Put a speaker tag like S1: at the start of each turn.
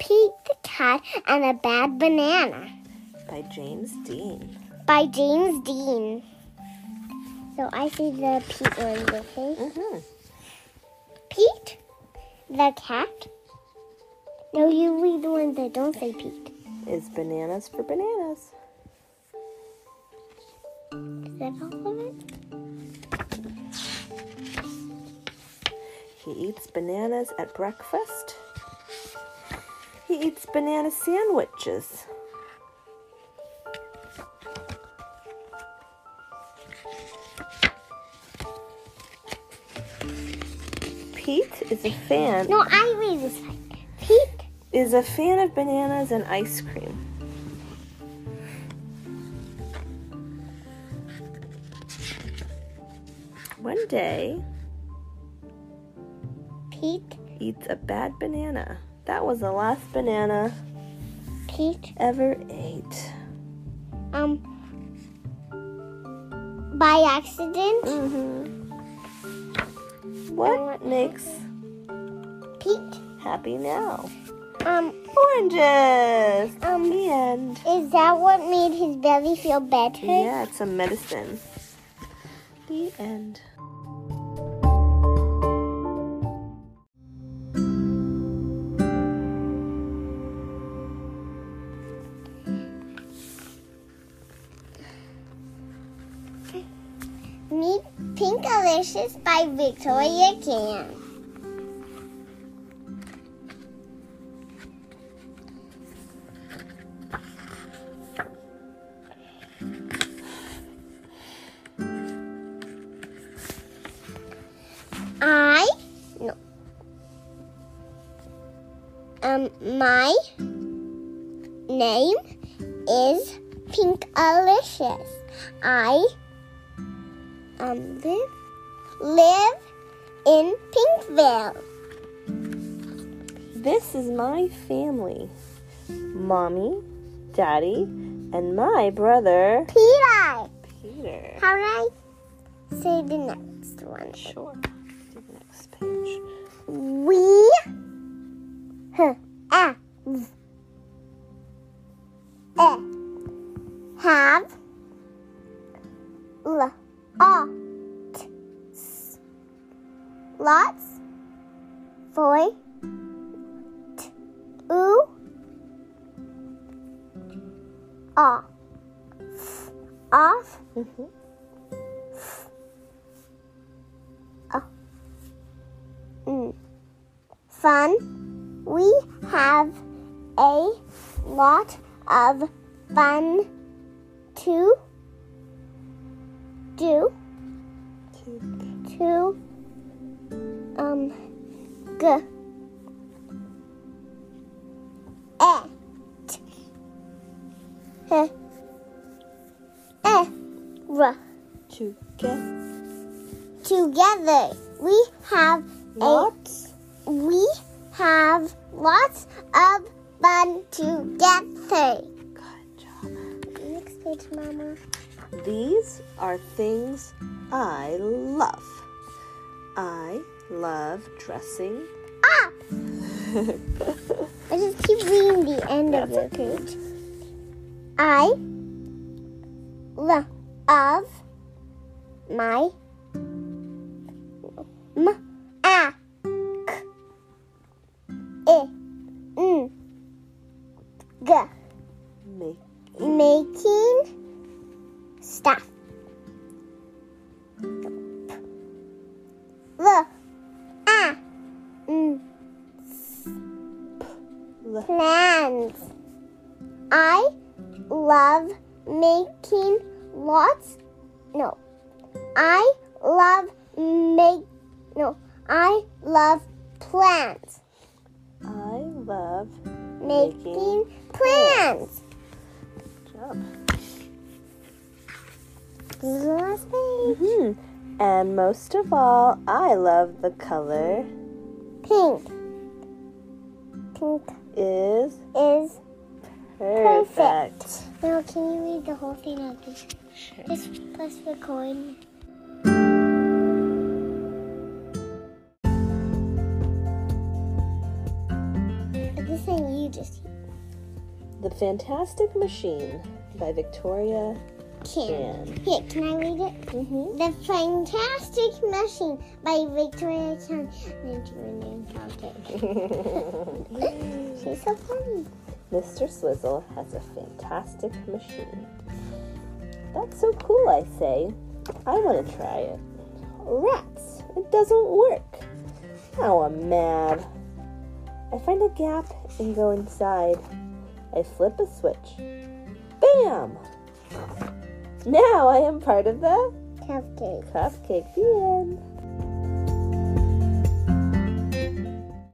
S1: Pete the Cat and a Bad Banana
S2: by James Dean.
S1: by James Dean. So I see the Pete ones, okay?
S2: Mm-hmm.
S1: Pete the Cat? No, you read the ones that don't say Pete.
S2: Is bananas for bananas?
S1: Is that all of it?
S2: He eats bananas at breakfast. He eats banana sandwiches. Pete is a fan
S1: No, I read this one. Pete
S2: is a fan of bananas and ice cream. One day,
S1: Pete
S2: eats a bad banana. That was the last banana
S1: Pete
S2: ever ate.
S1: um by accident
S2: Mm-hmm. What makes
S1: Pete
S2: happy now?
S1: um
S2: Oranges.
S1: Um,
S2: the end.
S1: Is that what made his belly feel better?
S2: Yeah, it's a medicine. The end.
S1: Meet Pinkalicious by Victoria Can. I no. Um, my name is Pinkalicious. I um, live, live in Pinkville.
S2: This is my family. Mommy, Daddy, and my brother
S1: Peter,
S2: Peter.
S1: how do I say the next one?
S2: Sure. Do the next page.
S1: We have eh, have l- lots, lots for to off off
S2: Mm-hmm.
S1: Mm. Fun. We have a lot of fun to do to um g at eh, eh, r-
S2: To get
S1: together. We have a
S2: lots.
S1: we have lots of fun together.
S2: Good job.
S1: Next page, Mama.
S2: These are things I love. I love dressing.
S1: Up! Ah! I just keep reading the end of the
S2: That's okay.
S1: page. I love of my m a k i n g
S2: Make
S1: making stuff. Look, ah, mm,
S2: love.
S1: plans. I love making lots. No, I love make. No, I love plans.
S2: I love
S1: Making plans.
S2: job.
S1: This is the last page.
S2: Hmm. And most of all, I love the color
S1: Pink. Pink
S2: is
S1: is
S2: perfect.
S1: Now, can you read the whole thing out? Sure. Let's, let's record. This on just
S2: The Fantastic Machine by Victoria
S1: can.
S2: Chan.
S1: Here, can I read it? Mm-hmm. The Fantastic Machine by Victoria Chan. And her name counted. She's so funny.
S2: Mr. Swizzle has a fantastic machine. That's so cool, I say. I want to try it. Rats, it doesn't work. Now I'm mad. I find a gap and go inside. I flip a switch. Bam! Now I am part of the
S1: Cupcake.
S2: cupcake. The end.